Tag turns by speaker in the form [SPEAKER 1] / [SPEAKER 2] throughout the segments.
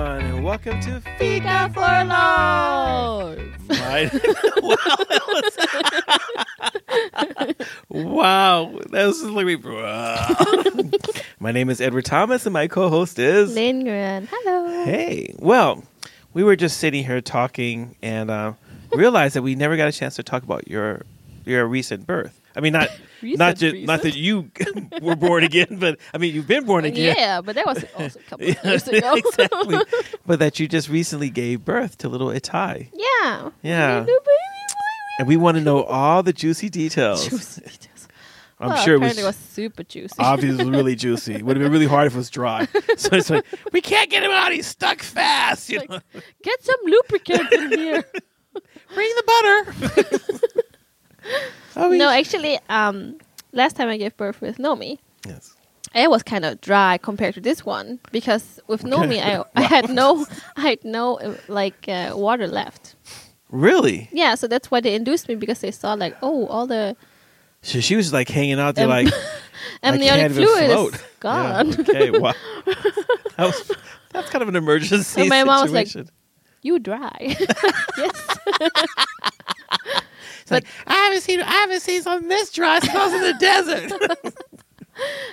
[SPEAKER 1] welcome to
[SPEAKER 2] Fika for love.
[SPEAKER 1] Right. wow, that was- wow, that was just like me. Wow. my name is Edward Thomas, and my co-host is
[SPEAKER 2] Lindgren. Hello.
[SPEAKER 1] Hey. Well, we were just sitting here talking and uh, realized that we never got a chance to talk about your your recent birth. I mean, not not
[SPEAKER 2] Recent,
[SPEAKER 1] just not that you were born again, but I mean you've been born
[SPEAKER 2] Yeah.
[SPEAKER 1] again.
[SPEAKER 2] but that was also a couple
[SPEAKER 1] Yeah,
[SPEAKER 2] of years ago.
[SPEAKER 1] exactly. But that you just recently gave birth to little Itai.
[SPEAKER 2] yeah.
[SPEAKER 1] Yeah.
[SPEAKER 2] New baby, baby.
[SPEAKER 1] And we want to know all the juicy details.
[SPEAKER 2] Juicy details.
[SPEAKER 1] I'm
[SPEAKER 2] well,
[SPEAKER 1] sure it was,
[SPEAKER 2] apparently it was super juicy.
[SPEAKER 1] obviously it was really juicy. Would have been really hard if it was dry. So it's like, we can't get him out. He's stuck fast. You
[SPEAKER 2] Like,
[SPEAKER 1] know?
[SPEAKER 2] Get some lubricant in here.
[SPEAKER 1] Bring the butter. oh,
[SPEAKER 2] no,
[SPEAKER 1] he's-
[SPEAKER 2] actually, um, last time I gave birth with Nomi,
[SPEAKER 1] yes.
[SPEAKER 2] it was kind of dry compared to this one because with Nomi, I, I had no, I had no uh, like uh, water left.
[SPEAKER 1] Really?
[SPEAKER 2] Yeah, so that's why they induced me because they saw like, oh, all the
[SPEAKER 1] So she was like hanging out there,
[SPEAKER 2] Um,
[SPEAKER 1] like I
[SPEAKER 2] amniotic
[SPEAKER 1] can't even
[SPEAKER 2] fluid
[SPEAKER 1] float.
[SPEAKER 2] is gone.
[SPEAKER 1] Yeah, okay, wow. That was, that's kind of an emergency
[SPEAKER 2] And my mom was like,
[SPEAKER 1] situation.
[SPEAKER 2] You dry. yes.
[SPEAKER 1] It's like, I haven't seen I haven't seen something this dry. It's in the desert.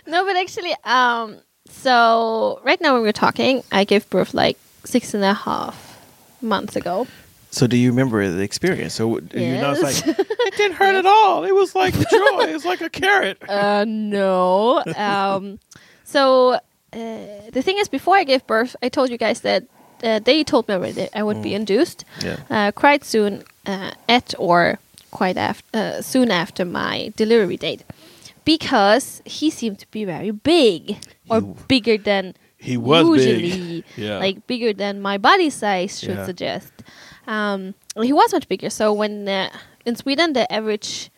[SPEAKER 2] No, but actually, um, so right now when we're talking, I gave birth like six and a half months ago.
[SPEAKER 1] so do you remember the experience? So what- you know, it's
[SPEAKER 2] Yes.
[SPEAKER 1] like it didn't hurt at all. It was like joy. It was like a carrot.
[SPEAKER 2] Uh, no. Um, so uh, the thing is, before I gave birth, I told you guys that uh, they told me already that I would be induced
[SPEAKER 1] Yeah.
[SPEAKER 2] uh, quite soon uh, at or quite af- uh, soon after my delivery date because he seemed to be very big or
[SPEAKER 1] He-
[SPEAKER 2] bigger than
[SPEAKER 1] He was
[SPEAKER 2] usually
[SPEAKER 1] big. Yeah.
[SPEAKER 2] like bigger than my body size should
[SPEAKER 1] Yeah.
[SPEAKER 2] suggest um, he was much bigger so when uh, in sweden the average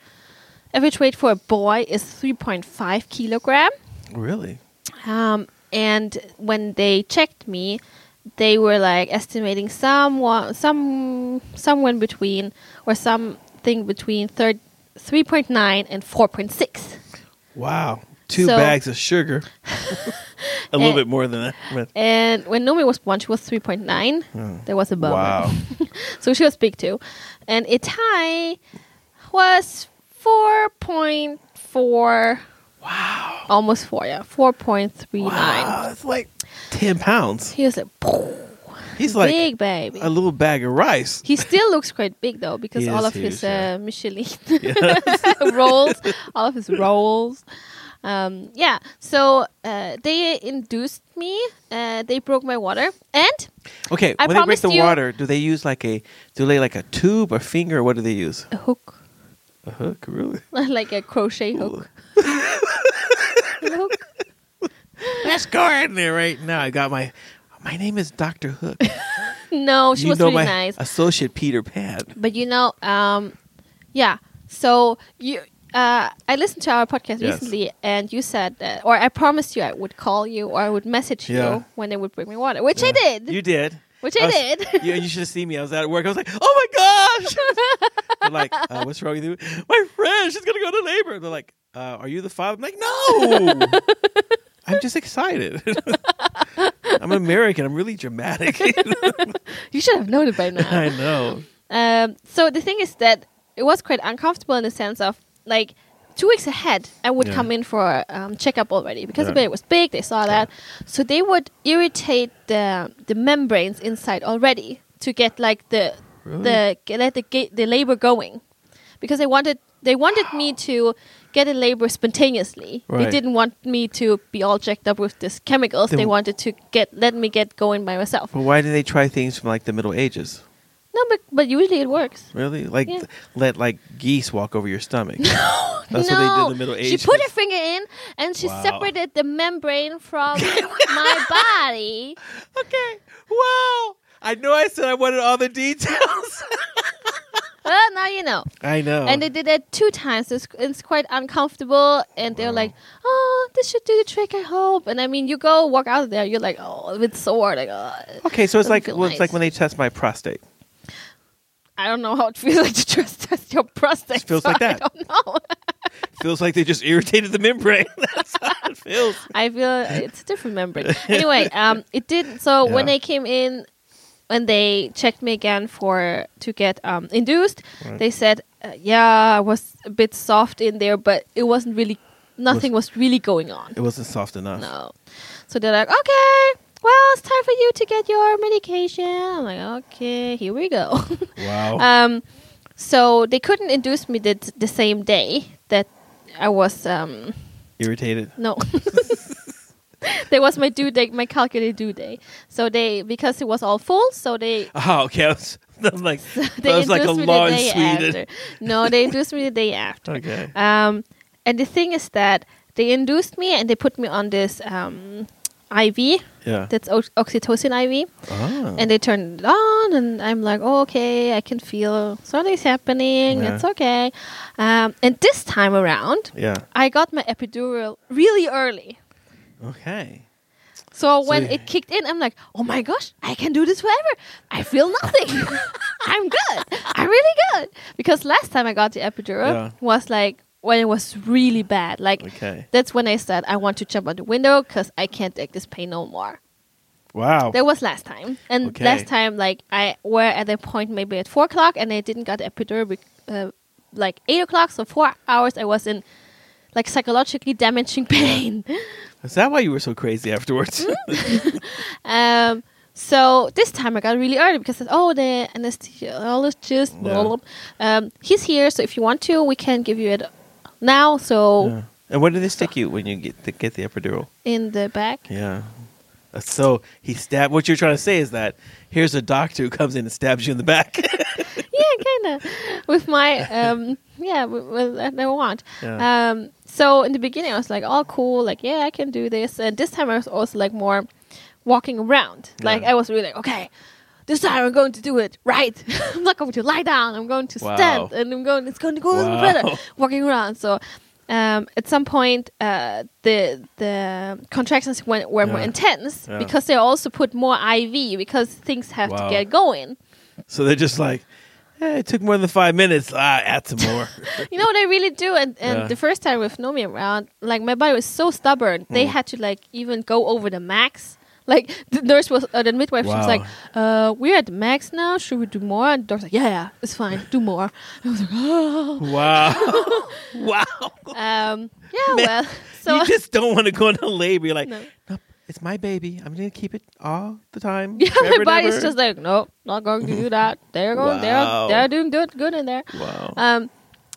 [SPEAKER 2] average weight for a boy is 3.5 kilogram
[SPEAKER 1] really?
[SPEAKER 2] um, and when they checked me they were like estimating someone some someone between or something between third 3.9 and 4.6
[SPEAKER 1] Wow. Two
[SPEAKER 2] So-
[SPEAKER 1] bags of sugar. a little
[SPEAKER 2] Eh.
[SPEAKER 1] bit more than that. But,
[SPEAKER 2] and when Nomi was born, she was 3.9. That was a bummer.
[SPEAKER 1] Hmm. wow.
[SPEAKER 2] So she was big too. And Itai was 4.4,
[SPEAKER 1] Wow.
[SPEAKER 2] almost 4, yeah, 4.39.
[SPEAKER 1] Wow. It's like ten pounds.
[SPEAKER 2] He was like,
[SPEAKER 1] He's like
[SPEAKER 2] big baby.
[SPEAKER 1] a little bag of rice.
[SPEAKER 2] he still looks quite big though because
[SPEAKER 1] He
[SPEAKER 2] all
[SPEAKER 1] is
[SPEAKER 2] of
[SPEAKER 1] huge,
[SPEAKER 2] his
[SPEAKER 1] yeah.
[SPEAKER 2] uh, Michelin rolls, all of his rolls. Um, yeah, so uh, they induced me. Uh, they broke my water, and
[SPEAKER 1] Okay, when they
[SPEAKER 2] I
[SPEAKER 1] break
[SPEAKER 2] promised
[SPEAKER 1] the
[SPEAKER 2] you-
[SPEAKER 1] water, do they use like a do they like a tube or finger? Or what do they use?
[SPEAKER 2] a hook.
[SPEAKER 1] A hook, really?
[SPEAKER 2] like a crochet hook. hook.
[SPEAKER 1] Let's go in there right now. I got my my name is Doctor Hook.
[SPEAKER 2] No, Oh, she
[SPEAKER 1] you
[SPEAKER 2] was
[SPEAKER 1] know
[SPEAKER 2] really
[SPEAKER 1] my
[SPEAKER 2] nice.
[SPEAKER 1] associate Peter Pan.
[SPEAKER 2] But you know, um, yeah. So you, uh, I listened to our podcast
[SPEAKER 1] Yes.
[SPEAKER 2] recently, and you said that, or I promised you I would call you or I would message
[SPEAKER 1] Yeah.
[SPEAKER 2] you when they would bring me water, which I did.
[SPEAKER 1] You did.
[SPEAKER 2] which I,
[SPEAKER 1] was-
[SPEAKER 2] did.
[SPEAKER 1] You, you should have seen me. I was at work. I was like, "Oh my gosh!" They're like, uh, "What's wrong with you?" My friend, she's gonna go to labor. They're like, uh, "Are you the father?" I'm like, "No." I'm just excited. I'm American. I'm really dramatic.
[SPEAKER 2] you should have known it by now.
[SPEAKER 1] I know.
[SPEAKER 2] Um, so the thing is that it was quite uncomfortable in the sense of like two weeks ahead, I would
[SPEAKER 1] Yeah.
[SPEAKER 2] come in for a um, checkup already because
[SPEAKER 1] Yeah.
[SPEAKER 2] the baby was big. They saw that, so they would irritate the the membranes inside already to get like the the get- let the ga- the labor going, because they wanted they wanted me to get in labor spontaneously.
[SPEAKER 1] Right.
[SPEAKER 2] They didn't want me to be all jacked up with these chemicals.
[SPEAKER 1] They
[SPEAKER 2] They
[SPEAKER 1] w-
[SPEAKER 2] wanted to get let me get going by myself.
[SPEAKER 1] But why do they try things from like the Middle Ages?
[SPEAKER 2] No, but but usually it works.
[SPEAKER 1] Really? Like
[SPEAKER 2] Yeah.
[SPEAKER 1] th- let like geese walk over your stomach. That's what they did in the Middle Ages.
[SPEAKER 2] She put her finger in and she
[SPEAKER 1] Wow.
[SPEAKER 2] separated the membrane from my body.
[SPEAKER 1] Okay. Wow. I know I said I wanted all the details.
[SPEAKER 2] Well, now you know.
[SPEAKER 1] I know.
[SPEAKER 2] And they did that two times. It's, it's quite uncomfortable. And they're like, oh, this should do the trick, I hope. And I mean, you go walk out of there, you're like, oh, it's sore. Like, oh,
[SPEAKER 1] okay, so it's
[SPEAKER 2] Doesn't
[SPEAKER 1] like
[SPEAKER 2] feel
[SPEAKER 1] well, it's like
[SPEAKER 2] nice.
[SPEAKER 1] when they test my prostate.
[SPEAKER 2] I don't know how it feels like to just test your prostate.
[SPEAKER 1] It feels
[SPEAKER 2] so
[SPEAKER 1] like that.
[SPEAKER 2] I don't know.
[SPEAKER 1] feels like they just irritated the membrane. That's how it feels.
[SPEAKER 2] I feel it's a different membrane. Anyway, um, it did. So when
[SPEAKER 1] Yeah.
[SPEAKER 2] they came in, when they checked me again for to get um, induced,
[SPEAKER 1] Right.
[SPEAKER 2] they said, uh, "Yeah, I was a bit soft in there, but it wasn't really nothing was, really going on."
[SPEAKER 1] It wasn't soft enough.
[SPEAKER 2] No, so they're like, "Okay, well, it's time for you to get your medication." I'm like, "Okay, here we go."
[SPEAKER 1] Wow.
[SPEAKER 2] um, so they couldn't induce me the, the same day that I was um,
[SPEAKER 1] Irritated.
[SPEAKER 2] no. That was my due date, my calculated due day. So they, because it was all full, so they
[SPEAKER 1] Oh, okay. I was, that was like
[SPEAKER 2] they
[SPEAKER 1] that was like a
[SPEAKER 2] induced me
[SPEAKER 1] law
[SPEAKER 2] the
[SPEAKER 1] in
[SPEAKER 2] day
[SPEAKER 1] Sweden.
[SPEAKER 2] after. No, they induced me the day after.
[SPEAKER 1] Okay.
[SPEAKER 2] Um, and the thing is that they induced me and they put me on this um, IV
[SPEAKER 1] Yeah.
[SPEAKER 2] that's o- oxytocin IV,
[SPEAKER 1] Oh.
[SPEAKER 2] and they turned it on, and I'm like, oh, okay, I can feel something's happening.
[SPEAKER 1] Yeah.
[SPEAKER 2] It's okay. Um, and this time around,
[SPEAKER 1] yeah.
[SPEAKER 2] I got my epidural really early.
[SPEAKER 1] Okay.
[SPEAKER 2] So when
[SPEAKER 1] you-
[SPEAKER 2] it kicked in, I'm like, oh my gosh, I can do this forever. I feel nothing. I'm good. I'm really good. Because last time I got the epidural
[SPEAKER 1] Yeah.
[SPEAKER 2] was like when it was really bad. Like
[SPEAKER 1] Okay.
[SPEAKER 2] that's when I said I want to jump out the window because I can't take this pain no more.
[SPEAKER 1] Wow.
[SPEAKER 2] That was last time, and
[SPEAKER 1] Okay.
[SPEAKER 2] last time like I were at the point maybe at four o'clock, and I didn't got the epidural be- uh, like eight o'clock. So four hours I was in like psychologically damaging pain.
[SPEAKER 1] Is that why you were so crazy afterwards?
[SPEAKER 2] Um, so this time I got really early because I said, oh the anesthesiologist, blah,
[SPEAKER 1] Yeah.
[SPEAKER 2] blah, blah. Um, he's here. So if you want to, we can give you it now. So
[SPEAKER 1] Yeah. And where did they stick you when you get the, get the epidural?
[SPEAKER 2] in the back,
[SPEAKER 1] Yeah. Uh, So he stabbed. What you're trying to say is that here's a doctor who comes in and stabs you in the back.
[SPEAKER 2] yeah, kind of with my um, yeah, with, with that I want.
[SPEAKER 1] Yeah.
[SPEAKER 2] Um, so in the beginning I was like, oh cool, like yeah, I can do this. And this time I was also like more walking around. Like
[SPEAKER 1] Yeah.
[SPEAKER 2] I was really like, okay. This time I'm going to do it right. I'm not going to lie down. I'm going to
[SPEAKER 1] Wow.
[SPEAKER 2] stand, and I'm going. It's going to go
[SPEAKER 1] Wow.
[SPEAKER 2] better walking around. So, um, at some point, uh, the the contractions went, were more
[SPEAKER 1] Yeah.
[SPEAKER 2] intense
[SPEAKER 1] Yeah.
[SPEAKER 2] because they also put more IV because things have
[SPEAKER 1] Wow.
[SPEAKER 2] to get going.
[SPEAKER 1] so they're just like, eh, it took more than five minutes. Ah, add some more.
[SPEAKER 2] You know what I really do, and, and
[SPEAKER 1] Yeah.
[SPEAKER 2] the first time with Nomi around, like my body was so stubborn.
[SPEAKER 1] Mm.
[SPEAKER 2] They had to like even go over the max. Like the nurse was, uh, the midwife she was
[SPEAKER 1] Wow.
[SPEAKER 2] like, uh, "We're at the max now. Should we do more?" And the doctor's like, "Yeah, yeah, it's fine. Do more." I was like, "Oh,
[SPEAKER 1] wow. wow.
[SPEAKER 2] um, yeah, well." So
[SPEAKER 1] you just don't want to go into labor. You're like,
[SPEAKER 2] No.
[SPEAKER 1] no. it's my baby. I'm going to keep it all the time.
[SPEAKER 2] yeah,
[SPEAKER 1] forever
[SPEAKER 2] my
[SPEAKER 1] and
[SPEAKER 2] body's
[SPEAKER 1] ever."
[SPEAKER 2] just like, "Nope, not going to do that. They're
[SPEAKER 1] Wow.
[SPEAKER 2] going, they're they're doing good, good in there."
[SPEAKER 1] wow.
[SPEAKER 2] Um,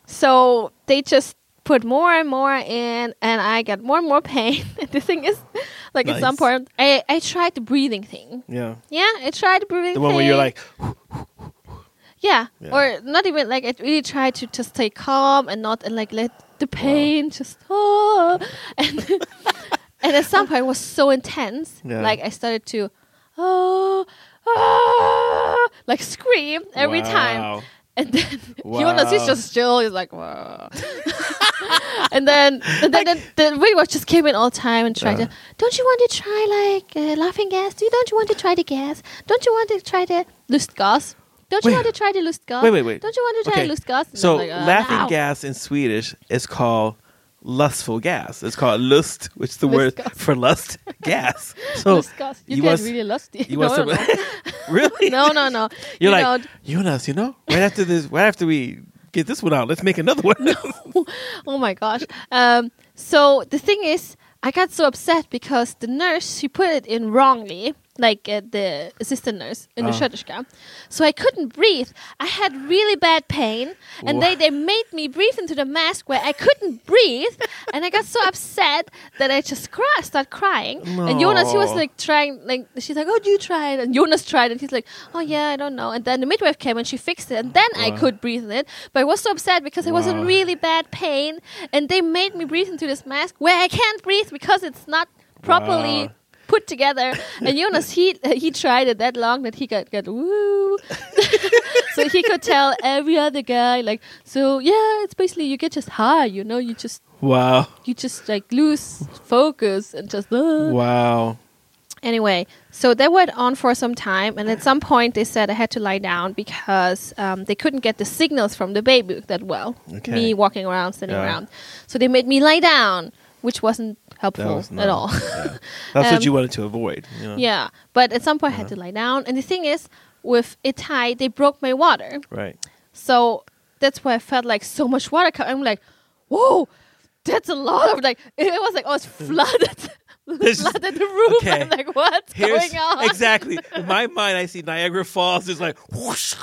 [SPEAKER 2] so they just put more and more in, and I got more and more pain. the thing is, like at some
[SPEAKER 1] Nice.
[SPEAKER 2] point, I, I tried the breathing thing.
[SPEAKER 1] yeah.
[SPEAKER 2] Yeah, I tried the breathing.
[SPEAKER 1] The one where
[SPEAKER 2] thing.
[SPEAKER 1] you're like,
[SPEAKER 2] yeah.
[SPEAKER 1] Yeah.
[SPEAKER 2] or not even like I really tried to just stay calm and not and like let the pain just oh, and and at some point it was so intense,
[SPEAKER 1] Yeah.
[SPEAKER 2] like I started to oh. ah, like scream every time
[SPEAKER 1] wow.
[SPEAKER 2] and then Jonas is
[SPEAKER 1] Wow.
[SPEAKER 2] just chill. He's like, "Wow." and then and then, then the rewatch just came in all the time and tried
[SPEAKER 1] Yeah.
[SPEAKER 2] to. Don't you want to try like uh, laughing gas? Do you don't you want to try the gas? Don't you want to try the lustgas? Don't you
[SPEAKER 1] Wait.
[SPEAKER 2] want to try the lustgas?
[SPEAKER 1] Wait, wait, wait.
[SPEAKER 2] Don't you want to try the lustgas? And
[SPEAKER 1] So
[SPEAKER 2] I'm like, "Uh,
[SPEAKER 1] laughing
[SPEAKER 2] no."
[SPEAKER 1] gas in Swedish is called lustful gas. It's called lust, which is the word
[SPEAKER 2] Lustgas.
[SPEAKER 1] for lust gas. So
[SPEAKER 2] lustgas. You,
[SPEAKER 1] you
[SPEAKER 2] get
[SPEAKER 1] oh, was-
[SPEAKER 2] really lusty.
[SPEAKER 1] you
[SPEAKER 2] no,
[SPEAKER 1] want
[SPEAKER 2] no,
[SPEAKER 1] some really?
[SPEAKER 2] no, no, no.
[SPEAKER 1] You're
[SPEAKER 2] You
[SPEAKER 1] like
[SPEAKER 2] know,
[SPEAKER 1] Jonas. You know, right after this, right after we get this one out, let's make another one.
[SPEAKER 2] oh my gosh. Um, so the thing is, I got so upset because the nurse she put it in wrongly, like uh, the assistant nurse in the
[SPEAKER 1] Ah.
[SPEAKER 2] Shudushka. So I couldn't breathe. I had really bad pain, and they,
[SPEAKER 1] Wha-
[SPEAKER 2] they made me breathe into the mask where I couldn't breathe, and I got so upset that I just cry, start crying. And Jonas, he was
[SPEAKER 1] No.
[SPEAKER 2] like trying, like she's like, "Oh, do you try it?" And Jonas tried, and he's like, "Oh yeah, I don't know." And then the midwife came and she fixed it, and then I
[SPEAKER 1] Wow.
[SPEAKER 2] could breathe in it. But I was so upset because I was in
[SPEAKER 1] Wow.
[SPEAKER 2] really bad pain, and they made me breathe into this mask where I can't breathe because it's not properly
[SPEAKER 1] Wow.
[SPEAKER 2] put together. And Jonas, he he tried it that long that he got got woo, so he could tell every other guy like, so yeah, it's basically you get just high, you know, you just
[SPEAKER 1] wow,
[SPEAKER 2] you just like lose focus and just. uh,
[SPEAKER 1] wow.
[SPEAKER 2] Anyway, so that went on for some time, and at some point they said I had to lie down because um, they couldn't get the signals from the baby that well.
[SPEAKER 1] Okay.
[SPEAKER 2] Me walking around, standing
[SPEAKER 1] Yeah.
[SPEAKER 2] around. So they made me lie down, which wasn't helpful
[SPEAKER 1] was
[SPEAKER 2] at
[SPEAKER 1] not-
[SPEAKER 2] all.
[SPEAKER 1] That's
[SPEAKER 2] Um,
[SPEAKER 1] what you wanted to avoid. You know? Uh-huh.
[SPEAKER 2] yeah, but at some point I had to lie down, and the thing is, with it high, they broke my water.
[SPEAKER 1] Right.
[SPEAKER 2] So that's why I felt like so much water coming. I'm like, whoa, that's a lot of like. It was like, oh, it's flooded,
[SPEAKER 1] This is-
[SPEAKER 2] flooded the room.
[SPEAKER 1] okay.
[SPEAKER 2] I'm like, what's
[SPEAKER 1] Here's
[SPEAKER 2] going on?
[SPEAKER 1] exactly in my mind. I see Niagara Falls is like whoosh.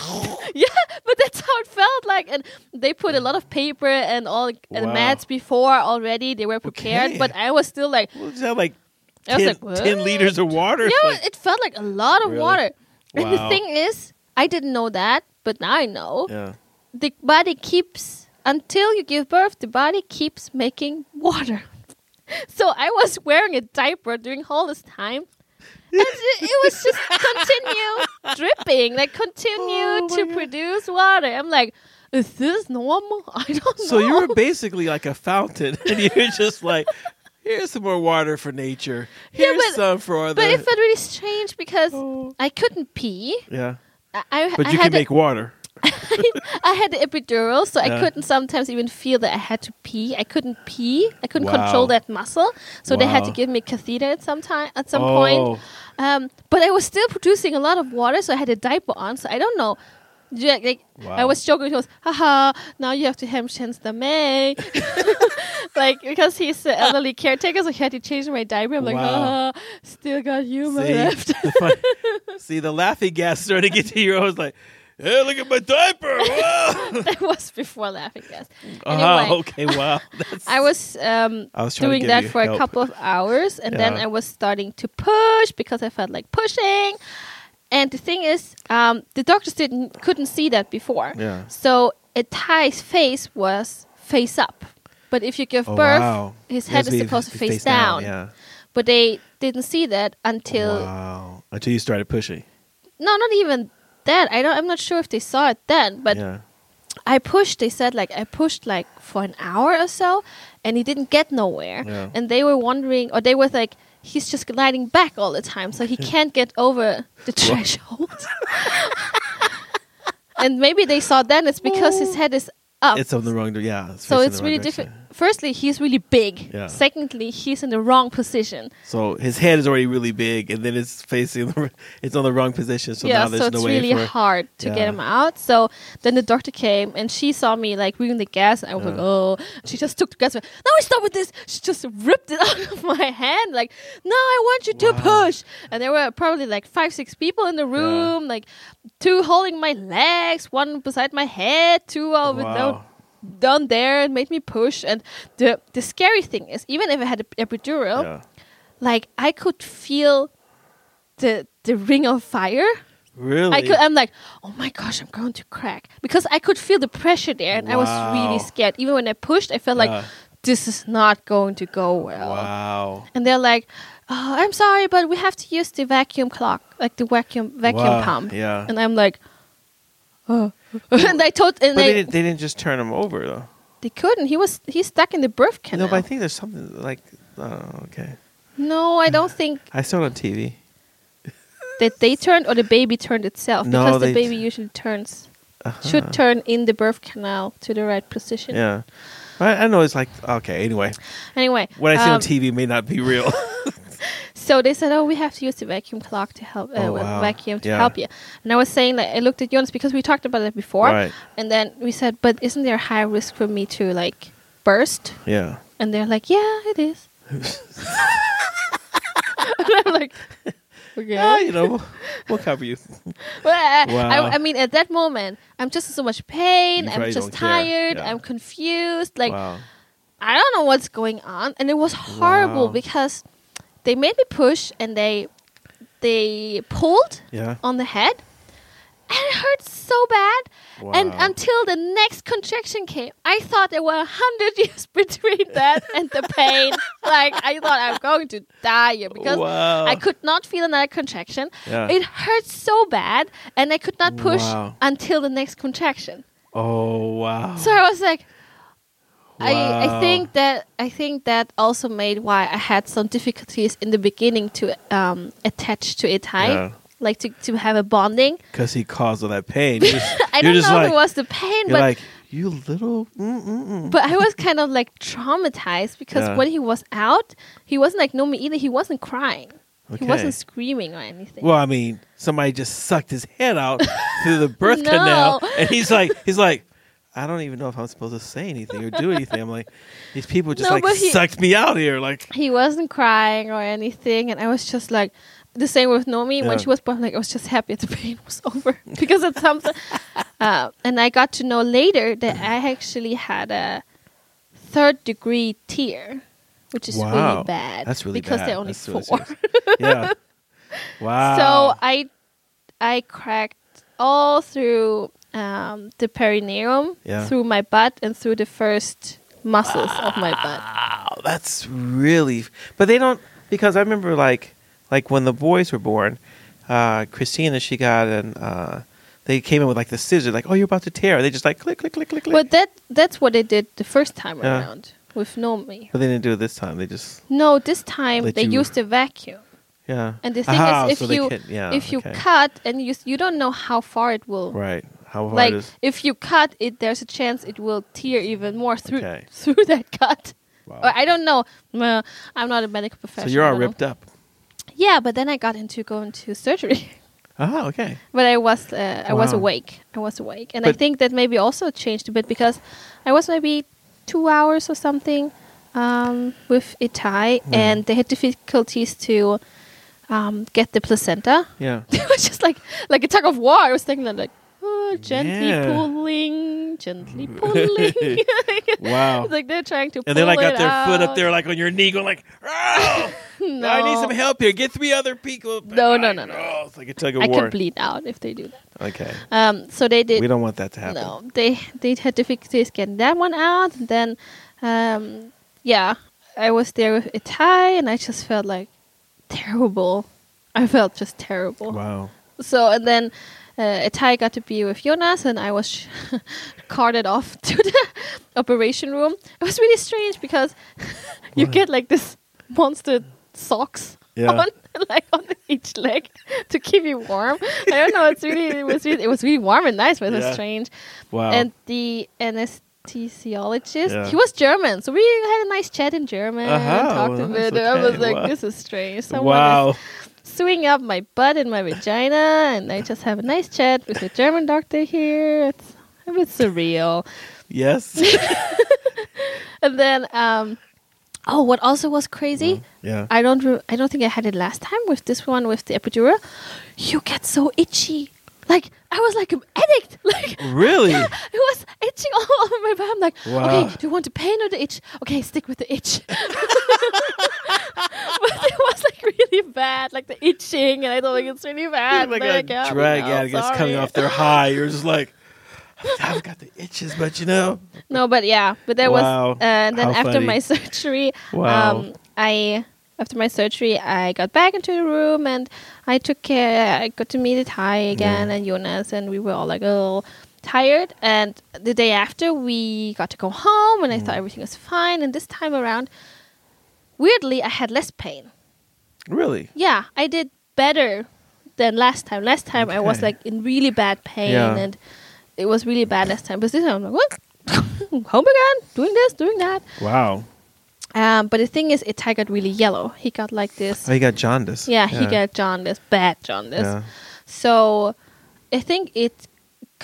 [SPEAKER 2] Yeah, but that's how it felt like. And they put a lot of paper and all and
[SPEAKER 1] Wow.
[SPEAKER 2] mats before already. They were prepared,
[SPEAKER 1] Okay.
[SPEAKER 2] but I was still like,
[SPEAKER 1] We'll just have like
[SPEAKER 2] I was
[SPEAKER 1] 10,
[SPEAKER 2] like,
[SPEAKER 1] 10
[SPEAKER 2] what?
[SPEAKER 1] liters of water.
[SPEAKER 2] yeah,
[SPEAKER 1] Like,
[SPEAKER 2] it felt like a lot of
[SPEAKER 1] Really?
[SPEAKER 2] water. And the
[SPEAKER 1] Wow.
[SPEAKER 2] thing is, I didn't know that, but now I know.
[SPEAKER 1] yeah.
[SPEAKER 2] The body keeps until you give birth. The body keeps making water. So I was wearing a diaper during all this time. And it, it was just continue dripping, like continue
[SPEAKER 1] Oh my
[SPEAKER 2] to
[SPEAKER 1] God.
[SPEAKER 2] produce water. I'm like, is this normal? I don't know.
[SPEAKER 1] So you were basically like a fountain, and you're just like, here's some more water for nature.
[SPEAKER 2] Yeah,
[SPEAKER 1] Here's
[SPEAKER 2] but-
[SPEAKER 1] some for the.
[SPEAKER 2] but it felt really strange because
[SPEAKER 1] Oh.
[SPEAKER 2] I couldn't pee.
[SPEAKER 1] yeah,
[SPEAKER 2] I, I,
[SPEAKER 1] but
[SPEAKER 2] I
[SPEAKER 1] you
[SPEAKER 2] had
[SPEAKER 1] can make water.
[SPEAKER 2] a, I had the epidural, so I
[SPEAKER 1] Yeah.
[SPEAKER 2] couldn't sometimes even feel that I had to pee. I couldn't pee. I couldn't
[SPEAKER 1] Wow.
[SPEAKER 2] control that muscle, so they had to
[SPEAKER 1] Wow.
[SPEAKER 2] give me catheter at some time at some point.
[SPEAKER 1] Oh.
[SPEAKER 2] Um, but I was still producing a lot of water, so I had a diaper on. So I don't know. Yeah, like, I
[SPEAKER 1] Wow.
[SPEAKER 2] was joking. He was, haha, now you have to hemshens the May. like, because he's the elderly caretaker, so he had to change my diaper. I'm like,
[SPEAKER 1] Wow.
[SPEAKER 2] ah, still got humor
[SPEAKER 1] See,
[SPEAKER 2] left.
[SPEAKER 1] the fun- see the laughing gas starting to get to you. I was like, hey, look at my diaper. Wow.
[SPEAKER 2] that was before laughing gas. Anyway,
[SPEAKER 1] Ah, okay, wow. That's,
[SPEAKER 2] I was um,
[SPEAKER 1] I was trying to
[SPEAKER 2] doing
[SPEAKER 1] give
[SPEAKER 2] that
[SPEAKER 1] you
[SPEAKER 2] for a
[SPEAKER 1] help.
[SPEAKER 2] couple of hours, and then
[SPEAKER 1] Yeah.
[SPEAKER 2] I was starting to push because I felt like pushing. And the thing is, um, the doctors didn't couldn't see that before.
[SPEAKER 1] Yeah.
[SPEAKER 2] So Itai's face was face up, but if you give
[SPEAKER 1] Oh,
[SPEAKER 2] birth,
[SPEAKER 1] wow.
[SPEAKER 2] his
[SPEAKER 1] It
[SPEAKER 2] head
[SPEAKER 1] has be
[SPEAKER 2] is supposed to
[SPEAKER 1] f-
[SPEAKER 2] face, down.
[SPEAKER 1] Yeah.
[SPEAKER 2] But they didn't see that until
[SPEAKER 1] wow. Until you started pushing.
[SPEAKER 2] no, not even that. I don't. I'm not sure if they saw it then, but
[SPEAKER 1] yeah.
[SPEAKER 2] I pushed. They said like I pushed like for an hour or so, and he didn't get nowhere.
[SPEAKER 1] Yeah.
[SPEAKER 2] And they were wondering, or they were like, he's just gliding back all the time, so he can't get over the threshold. and maybe they saw then it's because his head is up.
[SPEAKER 1] It's on the wrong. di- Yeah. It's
[SPEAKER 2] so
[SPEAKER 1] facing
[SPEAKER 2] it's
[SPEAKER 1] the wrong
[SPEAKER 2] really
[SPEAKER 1] direction.
[SPEAKER 2] different. Firstly, he's really big.
[SPEAKER 1] Yeah.
[SPEAKER 2] Secondly, he's in the wrong position.
[SPEAKER 1] So his head is already really big, and then it's facing. The, it's on the wrong position. So
[SPEAKER 2] yeah,
[SPEAKER 1] now there's
[SPEAKER 2] so
[SPEAKER 1] no
[SPEAKER 2] it's
[SPEAKER 1] way
[SPEAKER 2] really
[SPEAKER 1] for.
[SPEAKER 2] hard to get
[SPEAKER 1] Yeah.
[SPEAKER 2] him out. So then the doctor came and she saw me like reading the gas, and I was like, oh. She just took the gas. Went, no, stop with this. She just ripped it out of my hand. Like, no, I want you to
[SPEAKER 1] Wow.
[SPEAKER 2] push. And there were probably like five, six people in the room. Like, two holding my legs, one beside my head, two over
[SPEAKER 1] Wow.
[SPEAKER 2] down there, and made me push. And the the scary thing is, even if I had a epidural,
[SPEAKER 1] Yeah.
[SPEAKER 2] like I could feel the the ring of fire.
[SPEAKER 1] Really.
[SPEAKER 2] I could, I'm like, oh my gosh, I'm going to crack because I could feel the pressure there, and I was really
[SPEAKER 1] Wow.
[SPEAKER 2] scared. Even when I pushed, I felt
[SPEAKER 1] Yeah.
[SPEAKER 2] like this is not going to go well.
[SPEAKER 1] wow.
[SPEAKER 2] And they're like, oh, I'm sorry, but we have to use the vacuum clock, like the vacuum vacuum
[SPEAKER 1] Wow,
[SPEAKER 2] pump.
[SPEAKER 1] yeah.
[SPEAKER 2] And I'm like, oh. and I told, and
[SPEAKER 1] But they,
[SPEAKER 2] they,
[SPEAKER 1] didn't, they didn't just turn him over though.
[SPEAKER 2] they couldn't. He was he's stuck in the birth canal.
[SPEAKER 1] No, but I think there's something like. Oh, okay.
[SPEAKER 2] No, I don't think
[SPEAKER 1] I saw it on TV.
[SPEAKER 2] that they turned or the baby turned itself
[SPEAKER 1] No,
[SPEAKER 2] because
[SPEAKER 1] they-
[SPEAKER 2] the baby usually turns
[SPEAKER 1] Uh-huh.
[SPEAKER 2] should turn in the birth canal to the right position.
[SPEAKER 1] Yeah. I, I know it's like okay. Anyway,
[SPEAKER 2] Anyway,
[SPEAKER 1] what I see
[SPEAKER 2] um,
[SPEAKER 1] on TV may not be real.
[SPEAKER 2] so they said, "Oh, we have to use the vacuum clock to help uh,
[SPEAKER 1] Oh,
[SPEAKER 2] well,
[SPEAKER 1] wow.
[SPEAKER 2] vacuum to
[SPEAKER 1] Yeah.
[SPEAKER 2] help you." And I was saying, like, I looked at Jonas because we talked about it before,
[SPEAKER 1] Right.
[SPEAKER 2] and then we said, "But isn't there a high risk for me to like burst?"
[SPEAKER 1] yeah.
[SPEAKER 2] And they're like, "Yeah, it is." and I'm like, "Okay."
[SPEAKER 1] Ah, you know, we'll cover you.
[SPEAKER 2] Well, I-
[SPEAKER 1] Wow.
[SPEAKER 2] I, I mean, at that moment, I'm just in so much pain.
[SPEAKER 1] You
[SPEAKER 2] I'm
[SPEAKER 1] probably
[SPEAKER 2] just
[SPEAKER 1] don't care.
[SPEAKER 2] tired.
[SPEAKER 1] Yeah.
[SPEAKER 2] I'm confused. Like,
[SPEAKER 1] wow.
[SPEAKER 2] I don't know what's going on, and it was horrible
[SPEAKER 1] Wow.
[SPEAKER 2] because they made me push and they they pulled
[SPEAKER 1] Yeah.
[SPEAKER 2] on the head, and it hurt so bad. And
[SPEAKER 1] Wow.
[SPEAKER 2] until the next contraction came, I thought there were a hundred years between that and the pain. like I thought I'm going to die here because
[SPEAKER 1] wow.
[SPEAKER 2] I could not feel another contraction.
[SPEAKER 1] Yeah.
[SPEAKER 2] It hurt so bad, and I could not push
[SPEAKER 1] Wow.
[SPEAKER 2] until the next contraction.
[SPEAKER 1] oh wow.
[SPEAKER 2] So I was like, I, I
[SPEAKER 1] Wow.
[SPEAKER 2] think that I think that also made why I had some difficulties in the beginning to um, attach to Itai,
[SPEAKER 1] Yeah.
[SPEAKER 2] like to, to have a bonding.
[SPEAKER 1] Because he caused all that pain. You're just,
[SPEAKER 2] I
[SPEAKER 1] you're
[SPEAKER 2] don't
[SPEAKER 1] just
[SPEAKER 2] know
[SPEAKER 1] like,
[SPEAKER 2] if it was the pain,
[SPEAKER 1] You're
[SPEAKER 2] but
[SPEAKER 1] like you little. Mm-mm-mm.
[SPEAKER 2] but I was kind of like traumatized because
[SPEAKER 1] Yeah.
[SPEAKER 2] when he was out, he wasn't like no me either. He wasn't crying.
[SPEAKER 1] Okay.
[SPEAKER 2] He wasn't screaming or anything.
[SPEAKER 1] Well, I mean, somebody just sucked his head out through the birth
[SPEAKER 2] No.
[SPEAKER 1] canal, and he's like, he's like, I don't even know if I'm supposed to say anything or do anything. I'm like, these people just
[SPEAKER 2] No,
[SPEAKER 1] like
[SPEAKER 2] but he-
[SPEAKER 1] sucked me out here, like.
[SPEAKER 2] he wasn't crying or anything, and I was just like the same with Nomi
[SPEAKER 1] Yeah.
[SPEAKER 2] when she was born. Like I was just happy the pain was over because it's something. uh, and I got to know later that I actually had a third degree tear, which is
[SPEAKER 1] Wow.
[SPEAKER 2] really bad.
[SPEAKER 1] That's really
[SPEAKER 2] because
[SPEAKER 1] bad.
[SPEAKER 2] they're only
[SPEAKER 1] That's really
[SPEAKER 2] four.
[SPEAKER 1] serious. yeah. Wow.
[SPEAKER 2] So I, I cracked all through um, the perineum,
[SPEAKER 1] Yeah.
[SPEAKER 2] through my butt, and through the first muscles of my butt.
[SPEAKER 1] wow, that's really. But they don't because I remember like like when the boys were born, uh, Christina she got an. Uh, they came in with like the scissors, like oh you're about to tear. They just like click click click click click.
[SPEAKER 2] But that that's what they did the first time
[SPEAKER 1] Yeah.
[SPEAKER 2] around with Nomi.
[SPEAKER 1] But they didn't do it this time. They just
[SPEAKER 2] No, this time
[SPEAKER 1] Let
[SPEAKER 2] they
[SPEAKER 1] you-
[SPEAKER 2] used a vacuum.
[SPEAKER 1] yeah.
[SPEAKER 2] And the thing
[SPEAKER 1] Ah,
[SPEAKER 2] is, if
[SPEAKER 1] so they
[SPEAKER 2] you
[SPEAKER 1] can- yeah,
[SPEAKER 2] if you
[SPEAKER 1] okay.
[SPEAKER 2] cut and you s- you don't know how far it will.
[SPEAKER 1] right, how hard
[SPEAKER 2] Like
[SPEAKER 1] is
[SPEAKER 2] if you cut it, there's a chance it will tear even more through
[SPEAKER 1] Okay.
[SPEAKER 2] through that cut.
[SPEAKER 1] Wow.
[SPEAKER 2] Or I don't know. Well, I'm not a medical
[SPEAKER 1] so
[SPEAKER 2] professional.
[SPEAKER 1] you're
[SPEAKER 2] I
[SPEAKER 1] all
[SPEAKER 2] don't know.
[SPEAKER 1] ripped up.
[SPEAKER 2] Yeah, but then I got into going to surgery.
[SPEAKER 1] Oh, okay.
[SPEAKER 2] but I was uh, I was
[SPEAKER 1] Wow.
[SPEAKER 2] awake. I was awake, and I
[SPEAKER 1] But-
[SPEAKER 2] think that maybe also changed a bit because I was maybe two hours or something um, with Itai, and they had difficulties to um, get the placenta.
[SPEAKER 1] Yeah.
[SPEAKER 2] it was just like like a tug of war. I was thinking like. oh, gently
[SPEAKER 1] Yeah.
[SPEAKER 2] pulling, gently pulling.
[SPEAKER 1] Wow.
[SPEAKER 2] It's like they're trying to
[SPEAKER 1] and then
[SPEAKER 2] pull
[SPEAKER 1] like
[SPEAKER 2] it
[SPEAKER 1] got their foot up
[SPEAKER 2] out.
[SPEAKER 1] there, like on your knee, going like, "Oh,
[SPEAKER 2] No,
[SPEAKER 1] I need some help here. Get three other people."
[SPEAKER 2] No, no, no, no.
[SPEAKER 1] Oh, it's like a tug of
[SPEAKER 2] I
[SPEAKER 1] war.
[SPEAKER 2] could bleed out if they do that.
[SPEAKER 1] Okay,
[SPEAKER 2] Um, so they did.
[SPEAKER 1] we don't want that to happen.
[SPEAKER 2] No, they they had difficulties getting that one out, and then, um, yeah, I was there with Itai, and I just felt like terrible. I felt just terrible.
[SPEAKER 1] Wow.
[SPEAKER 2] So and then. Uh, Itai got to be with Jonas, and I was sh- carted off to the operation room. It was really strange because you
[SPEAKER 1] Why?
[SPEAKER 2] get like this monster socks
[SPEAKER 1] Yeah.
[SPEAKER 2] on, like on each leg to keep you warm. I don't know. It's really it was really, it was really warm and nice, but it
[SPEAKER 1] Yeah.
[SPEAKER 2] was strange
[SPEAKER 1] Wow.
[SPEAKER 2] and the anesthesiologist
[SPEAKER 1] Oh. Yeah.
[SPEAKER 2] he was german so we had a nice chat in german
[SPEAKER 1] Uh-huh,
[SPEAKER 2] and talked
[SPEAKER 1] well,
[SPEAKER 2] a bit
[SPEAKER 1] that's
[SPEAKER 2] and i
[SPEAKER 1] okay.
[SPEAKER 2] was like
[SPEAKER 1] Wow.
[SPEAKER 2] this is strange someone
[SPEAKER 1] wow.
[SPEAKER 2] is sewing up my butt and my vagina and i just have a nice chat with a german doctor here it's a bit surreal
[SPEAKER 1] Yes.
[SPEAKER 2] and then um oh what also was crazy
[SPEAKER 1] yeah.
[SPEAKER 2] i don't re- i don't think i had it last time with this one with the epidural you get so itchy like i was like an addict like
[SPEAKER 1] really?
[SPEAKER 2] yeah, it was itching all over my body. I'm like,
[SPEAKER 1] Wow.
[SPEAKER 2] okay, do you want the pain or the itch? Okay, stick with the itch. but it was like really bad, like the itching, and I thought like it's really bad.
[SPEAKER 1] like
[SPEAKER 2] Like,
[SPEAKER 1] a
[SPEAKER 2] yeah,
[SPEAKER 1] drag
[SPEAKER 2] no,
[SPEAKER 1] addict that's coming
[SPEAKER 2] sorry.
[SPEAKER 1] off their high. You're just like, I've got the itches, but you know.
[SPEAKER 2] No, but yeah, but that
[SPEAKER 1] Wow.
[SPEAKER 2] was, uh, and then
[SPEAKER 1] How
[SPEAKER 2] after
[SPEAKER 1] funny.
[SPEAKER 2] my surgery,
[SPEAKER 1] Wow.
[SPEAKER 2] um, I after my surgery, I got back into the room and I took care. I got to meet it high again and Jonas, and we were all like, oh. Tired, and the day after we got to go home, and I
[SPEAKER 1] Mm.
[SPEAKER 2] thought everything was fine. And this time around, weirdly, I had less pain.
[SPEAKER 1] Really?
[SPEAKER 2] Yeah, I did better than last time. Last time I was
[SPEAKER 1] Okay.
[SPEAKER 2] like in really bad pain
[SPEAKER 1] Yeah.
[SPEAKER 2] and it was really bad last time. But this time I'm like, what? Home again, doing this, doing that.
[SPEAKER 1] Wow.
[SPEAKER 2] Um, but the thing is, Itai got really yellow. He got like this.
[SPEAKER 1] Oh, you got jaundice.
[SPEAKER 2] yeah, he got jaundice, bad jaundice.
[SPEAKER 1] Yeah.
[SPEAKER 2] So I think it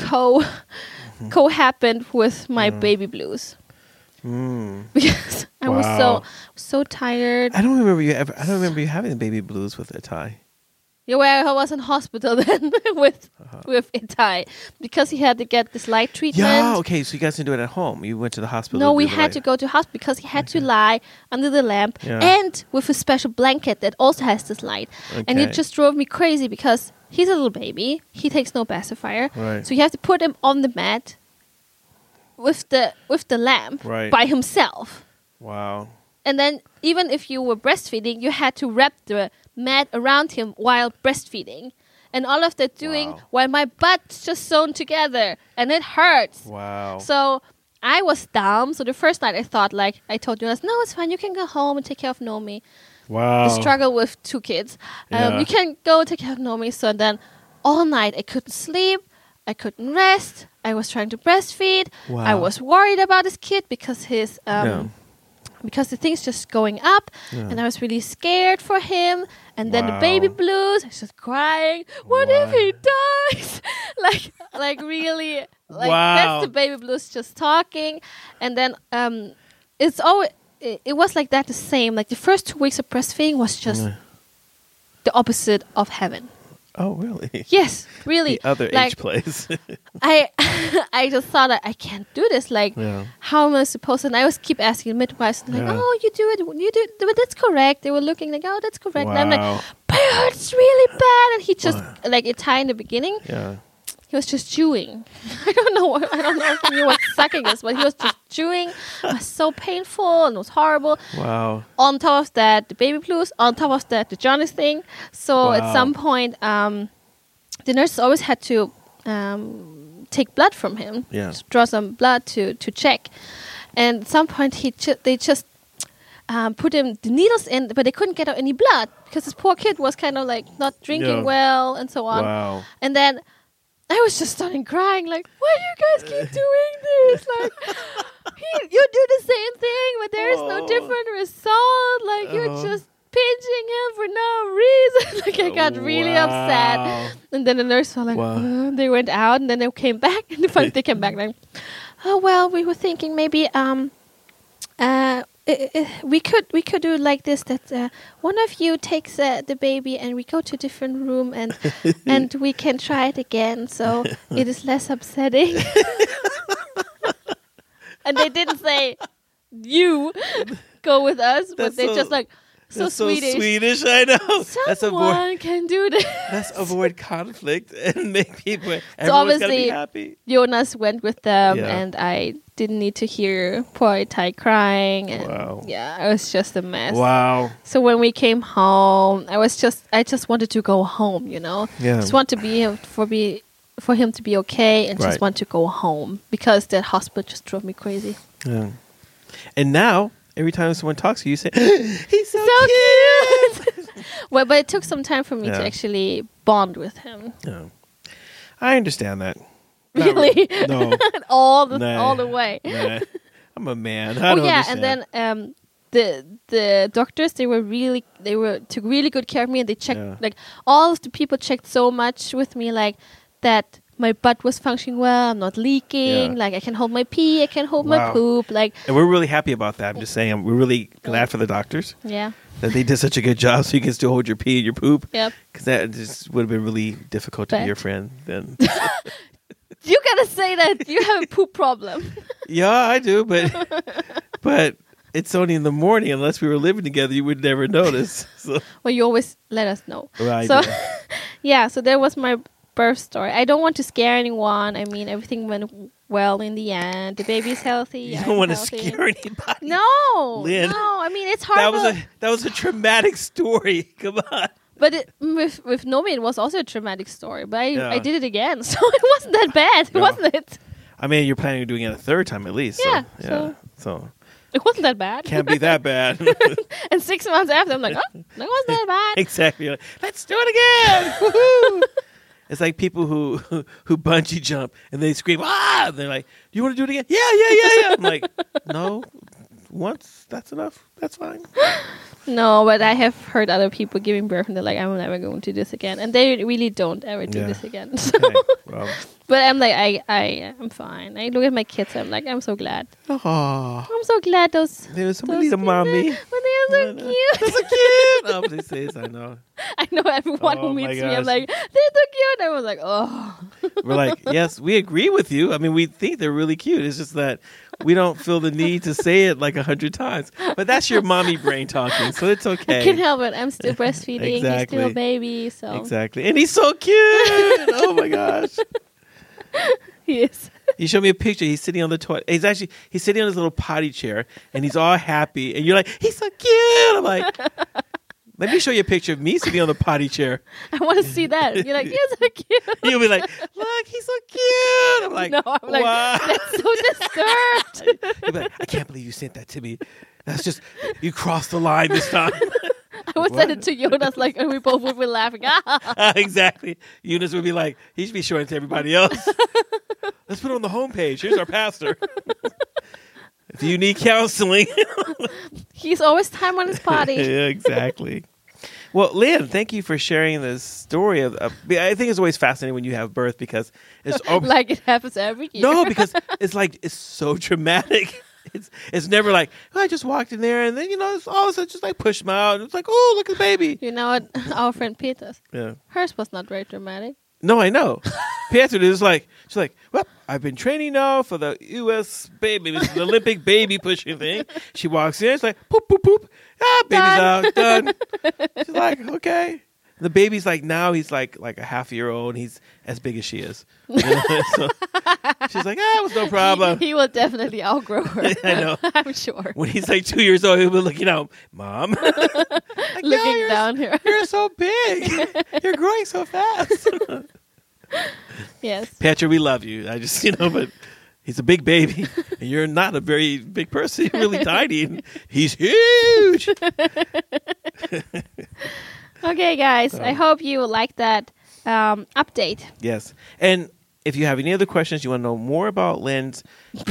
[SPEAKER 2] co
[SPEAKER 1] Mm-hmm.
[SPEAKER 2] co happened with my baby blues
[SPEAKER 1] Mm.
[SPEAKER 2] because I was
[SPEAKER 1] Wow.
[SPEAKER 2] so so tired.
[SPEAKER 1] I don't remember you ever. I don't remember you having the baby blues with a tie.
[SPEAKER 2] Yeah, well, I was in hospital then with with Itai because he had to get this light treatment.
[SPEAKER 1] Uh-huh. Yeah. Okay. So you guys didn't do it at home. You went to the hospital.
[SPEAKER 2] No,
[SPEAKER 1] to
[SPEAKER 2] we
[SPEAKER 1] do the
[SPEAKER 2] had
[SPEAKER 1] light-
[SPEAKER 2] to go to hospital because he had to lie under the lamp
[SPEAKER 1] Yeah.
[SPEAKER 2] and with a special blanket that also has this light. And
[SPEAKER 1] Okay.
[SPEAKER 2] it just drove me crazy because he's a little baby. He takes no pacifier.
[SPEAKER 1] Right.
[SPEAKER 2] So you have to put him on the mat with the with the lamp
[SPEAKER 1] Right.
[SPEAKER 2] by himself.
[SPEAKER 1] Wow.
[SPEAKER 2] And then even if you were breastfeeding, you had to wrap the mat around him while breastfeeding. And all of that doing
[SPEAKER 1] Wow.
[SPEAKER 2] while my butt's just sewn together and it hurts.
[SPEAKER 1] Wow.
[SPEAKER 2] So I was dumb. So the first night I thought like I told Jonas, no, it's fine. You can go home and take care of Nomi.
[SPEAKER 1] wow.
[SPEAKER 2] The struggle with two kids.
[SPEAKER 1] Oh. Yeah.
[SPEAKER 2] Um, you can go take care of Nomi. So then all night I couldn't sleep. I couldn't rest. I was trying to breastfeed. I
[SPEAKER 1] Wow.
[SPEAKER 2] was worried about this kid because his um,
[SPEAKER 1] Yeah.
[SPEAKER 2] because the thing's just going up
[SPEAKER 1] Yeah.
[SPEAKER 2] and I was really scared for him and then the baby
[SPEAKER 1] Wow.
[SPEAKER 2] blues I was just crying what if
[SPEAKER 1] Wow.
[SPEAKER 2] he dies like like really like
[SPEAKER 1] Wow.
[SPEAKER 2] that's the baby blues just talking and then um it's always it, it was like that the same like the first two weeks of breastfeeding was just
[SPEAKER 1] Yeah.
[SPEAKER 2] the opposite of heaven
[SPEAKER 1] Oh, really?
[SPEAKER 2] yes really
[SPEAKER 1] The other age
[SPEAKER 2] like
[SPEAKER 1] place.
[SPEAKER 2] I I just thought like, I can't do this like
[SPEAKER 1] yeah.
[SPEAKER 2] how am I supposed? And I always keep asking midwives, like,
[SPEAKER 1] Yeah.
[SPEAKER 2] "Oh, you do it, you do, it, but that's correct." They were looking like, "Oh, that's correct." And I'm
[SPEAKER 1] Wow.
[SPEAKER 2] like, "But it hurts really bad." And he just
[SPEAKER 1] Wow.
[SPEAKER 2] like it in the beginning.
[SPEAKER 1] Yeah.
[SPEAKER 2] He was just chewing. I don't know. What, I don't know if he knew what sucking is, but he was just chewing. It was so painful and it was horrible.
[SPEAKER 1] Wow.
[SPEAKER 2] On top of that, the baby blues. On top of that, the Jonas thing. So at
[SPEAKER 1] Wow.
[SPEAKER 2] some point, um, the nurse always had to um, take blood from him.
[SPEAKER 1] Yeah.
[SPEAKER 2] Just draw some blood to to check. And at some point, he ju- they just um, put him the needles in, but they couldn't get out any blood because this poor kid was kind of like not drinking
[SPEAKER 1] Yeah.
[SPEAKER 2] well and so on.
[SPEAKER 1] Wow.
[SPEAKER 2] And then I was just starting crying, like, why do you guys keep doing this? Like, he, you do the same thing, but there is no
[SPEAKER 1] Oh.
[SPEAKER 2] different result. Like,
[SPEAKER 1] Oh.
[SPEAKER 2] you're just pinching him for no reason. like, I got really
[SPEAKER 1] Wow.
[SPEAKER 2] upset. And then the nurse was like,
[SPEAKER 1] Wow.
[SPEAKER 2] "Uh," they went out, and then they came back, and the fact they came back like, oh well, we were thinking maybe um, uh, i- i- we could we could do like this that uh, one of you takes uh, the baby and we go to a different room and and we can try it again, so it is less upsetting. and they didn't say you go with us, but
[SPEAKER 1] That's
[SPEAKER 2] they
[SPEAKER 1] so-
[SPEAKER 2] just like so
[SPEAKER 1] That's
[SPEAKER 2] Swedish.
[SPEAKER 1] So Swedish, I know. That's avoid.
[SPEAKER 2] Someone can do this.
[SPEAKER 1] Let's avoid conflict and make people. Everyone's gonna
[SPEAKER 2] obviously-
[SPEAKER 1] be happy.
[SPEAKER 2] Jonas went with them,
[SPEAKER 1] Yeah.
[SPEAKER 2] and I didn't need to hear poor Itai crying. And
[SPEAKER 1] Wow.
[SPEAKER 2] Yeah, it was just a mess.
[SPEAKER 1] Wow.
[SPEAKER 2] So when we came home, I was just I just wanted to go home, you know.
[SPEAKER 1] Yeah.
[SPEAKER 2] Just want to be for be for him to be okay, and just
[SPEAKER 1] Right.
[SPEAKER 2] want to go home because that hospital just drove me crazy.
[SPEAKER 1] Yeah. And now, every time someone talks to you, you say, "He's so,
[SPEAKER 2] So
[SPEAKER 1] cute."
[SPEAKER 2] cute. well, but it took some time for me
[SPEAKER 1] Yeah.
[SPEAKER 2] to actually bond with him.
[SPEAKER 1] Yeah. Oh. I understand that. Not
[SPEAKER 2] Really?
[SPEAKER 1] No.
[SPEAKER 2] all the
[SPEAKER 1] Nah.
[SPEAKER 2] all the way.
[SPEAKER 1] Nah. I'm a man. I
[SPEAKER 2] oh
[SPEAKER 1] don't
[SPEAKER 2] yeah,
[SPEAKER 1] understand.
[SPEAKER 2] and then um, the the doctors they were really they were took really good care of me, and they checked
[SPEAKER 1] Yeah.
[SPEAKER 2] like all of the people checked so much with me, like that my butt was functioning well, I'm not leaking,
[SPEAKER 1] Yeah.
[SPEAKER 2] like I can hold my pee, I can hold my
[SPEAKER 1] Wow.
[SPEAKER 2] poop, like
[SPEAKER 1] And we're really happy about that. I'm just saying, I'm- we're really glad for the doctors
[SPEAKER 2] yeah,
[SPEAKER 1] that they did such a good job so you can still hold your pee and your poop.
[SPEAKER 2] yep.
[SPEAKER 1] Because that just would have been really difficult to be
[SPEAKER 2] Bet.
[SPEAKER 1] your friend then.
[SPEAKER 2] You gotta say that you have a poop problem.
[SPEAKER 1] yeah, I do, but but it's only in the morning. Unless we were living together, you would never notice. So
[SPEAKER 2] well, you always let us know.
[SPEAKER 1] Well, I
[SPEAKER 2] so
[SPEAKER 1] do.
[SPEAKER 2] yeah, so there was my birth story. I don't want to scare anyone. I mean, everything went well in the end. The baby's healthy.
[SPEAKER 1] you
[SPEAKER 2] I'm
[SPEAKER 1] don't want to
[SPEAKER 2] healthy.
[SPEAKER 1] scare anybody.
[SPEAKER 2] No,
[SPEAKER 1] Lynn.
[SPEAKER 2] no. I mean, it's
[SPEAKER 1] that
[SPEAKER 2] horrible.
[SPEAKER 1] was a that was a traumatic story. Come on.
[SPEAKER 2] but it, with with Nomi, it was also a traumatic story. But I,
[SPEAKER 1] Yeah.
[SPEAKER 2] I did it again, so it wasn't that bad,
[SPEAKER 1] Yeah.
[SPEAKER 2] wasn't it?
[SPEAKER 1] I mean, you're planning on doing it a third time at least.
[SPEAKER 2] Yeah,
[SPEAKER 1] So, yeah.
[SPEAKER 2] so-
[SPEAKER 1] So.
[SPEAKER 2] It wasn't that bad.
[SPEAKER 1] can't be that bad.
[SPEAKER 2] and six months after, I'm like, oh, that wasn't that bad.
[SPEAKER 1] exactly. You're like, Let's do it again. Woohoo! It's like people who who bungee jump and they scream ah. And they're like, "Do you want to do it again?" Yeah, yeah, yeah, yeah. I'm like, no. Once that's enough. That's fine.
[SPEAKER 2] No, but I have heard other people giving birth, and they're like, I'm never going to do this again, and they really don't ever do
[SPEAKER 1] Yeah.
[SPEAKER 2] this again. So,
[SPEAKER 1] Okay. Well,
[SPEAKER 2] but I'm like, I I am fine. I look at my kids, I'm like, I'm so glad.
[SPEAKER 1] oh,
[SPEAKER 2] I'm so glad those.
[SPEAKER 1] there's
[SPEAKER 2] those
[SPEAKER 1] somebody to
[SPEAKER 2] kids-
[SPEAKER 1] mommy.
[SPEAKER 2] But they are so
[SPEAKER 1] They're
[SPEAKER 2] cute.
[SPEAKER 1] so cute. Oh, please say yes, I know.
[SPEAKER 2] I know everyone
[SPEAKER 1] Oh
[SPEAKER 2] who
[SPEAKER 1] my
[SPEAKER 2] meets me.
[SPEAKER 1] gosh.
[SPEAKER 2] I'm like, they're so cute. And everyone's like, oh,
[SPEAKER 1] We're like, yes, we agree with you. I mean, we think they're really cute. It's just that we don't feel the need to say it like a hundred times. But that's your mommy brain talking, so it's
[SPEAKER 2] I can
[SPEAKER 1] okay.
[SPEAKER 2] help it. I'm still breastfeeding. He's still a
[SPEAKER 1] Exactly.
[SPEAKER 2] baby, so
[SPEAKER 1] Exactly. And he's so cute. Oh my gosh.
[SPEAKER 2] he is.
[SPEAKER 1] You showed me a picture. He's sitting on the toilet. He's actually he's sitting on his little potty chair, and he's all happy. And you're like, he's so cute. I'm like, let me show you a picture of me sitting on the potty chair.
[SPEAKER 2] I want to see that. You're like, you're so cute.
[SPEAKER 1] You'll be like, look, he's so cute. I'm like,
[SPEAKER 2] no, I'm like,
[SPEAKER 1] "Wow."
[SPEAKER 2] that's so disturbed.
[SPEAKER 1] You'll be like, I can't believe you sent that to me. That's just you crossed the line this time.
[SPEAKER 2] I would send it to Jonas, like, and we both would be laughing. Ah.
[SPEAKER 1] exactly. Eunice would be like, he should be showing it to everybody else. Let's put it on the homepage. Here's our pastor. If you need counseling,
[SPEAKER 2] He's always time on his party.
[SPEAKER 1] yeah, exactly. Well, Lynn, thank you for sharing this story. Of, of- I think it's always fascinating when you have birth because it's always,
[SPEAKER 2] like it happens every year.
[SPEAKER 1] Oh. no, because it's like it's so dramatic. It's it's never like oh, I just walked in there and then you know it's all of a sudden just like pushed me out. It's like oh look at the baby.
[SPEAKER 2] you know what? Our friend Peter's.
[SPEAKER 1] Yeah.
[SPEAKER 2] Hers was not very dramatic.
[SPEAKER 1] No, I know. Panther is like she's like, well, I've been training now for the U.S. baby, this is the Olympic baby pushing thing. She walks in, it's like poop, poop, poop. Ah, baby's
[SPEAKER 2] Done.
[SPEAKER 1] out, done. She's like, okay. The baby's like now he's like like a half year old. And he's as big as she is. You know, so she's like, ah, it was no problem.
[SPEAKER 2] He, he will definitely outgrow her.
[SPEAKER 1] I know.
[SPEAKER 2] I'm sure.
[SPEAKER 1] When he's like two years old, he'll be looking out, mom. Like, "Yeah,
[SPEAKER 2] Looking
[SPEAKER 1] you're-
[SPEAKER 2] down here.
[SPEAKER 1] You're so big. you're growing so fast.
[SPEAKER 2] yes.
[SPEAKER 1] Patrick, we love you. I just, you know, but he's a big baby, and you're not a very big person. You're really tiny, and he's huge.
[SPEAKER 2] Okay, guys. I
[SPEAKER 1] Um,
[SPEAKER 2] hope you like that um, update.
[SPEAKER 1] Yes. And if you have any other questions, you want to know more about Lynn's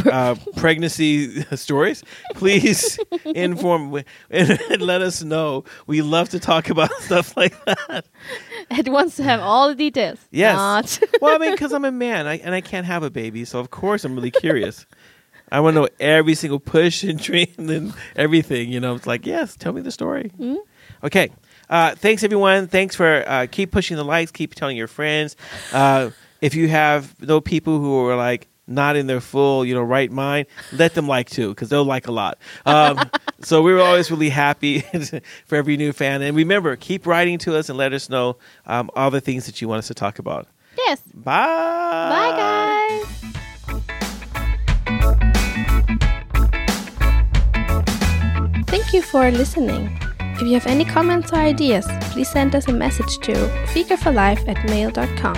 [SPEAKER 1] uh, pregnancy stories, please inform and, and let us know. We love to talk about stuff like that.
[SPEAKER 2] It wants to have all the details.
[SPEAKER 1] Yes.
[SPEAKER 2] Not.
[SPEAKER 1] Well, I mean, because I'm a man I, and I can't have a baby, so of course I'm really curious. I want to know every single push and train and everything. You know, it's like, yes, tell me the story. Okay. Uh, thanks, everyone. Thanks for uh, keep pushing the likes, keep telling your friends. Uh, if you have no people who are like not in their full, you know, right mind, let them like too, because they'll like a lot. Um, so we were always really happy for every new fan. And remember, keep writing to us and let us know um, all the things that you want us to talk about.
[SPEAKER 2] yes.
[SPEAKER 1] Bye.
[SPEAKER 2] Bye,
[SPEAKER 1] Bye,
[SPEAKER 2] guys. Thank you for listening. If you have any comments or ideas, please send us a message to fikaforlife at mail.com.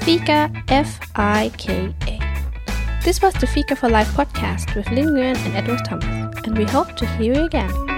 [SPEAKER 2] Fika, F I K A. This was the Fika for Life podcast with Lin Nguyen and Edward Thomas, and we hope to hear you again.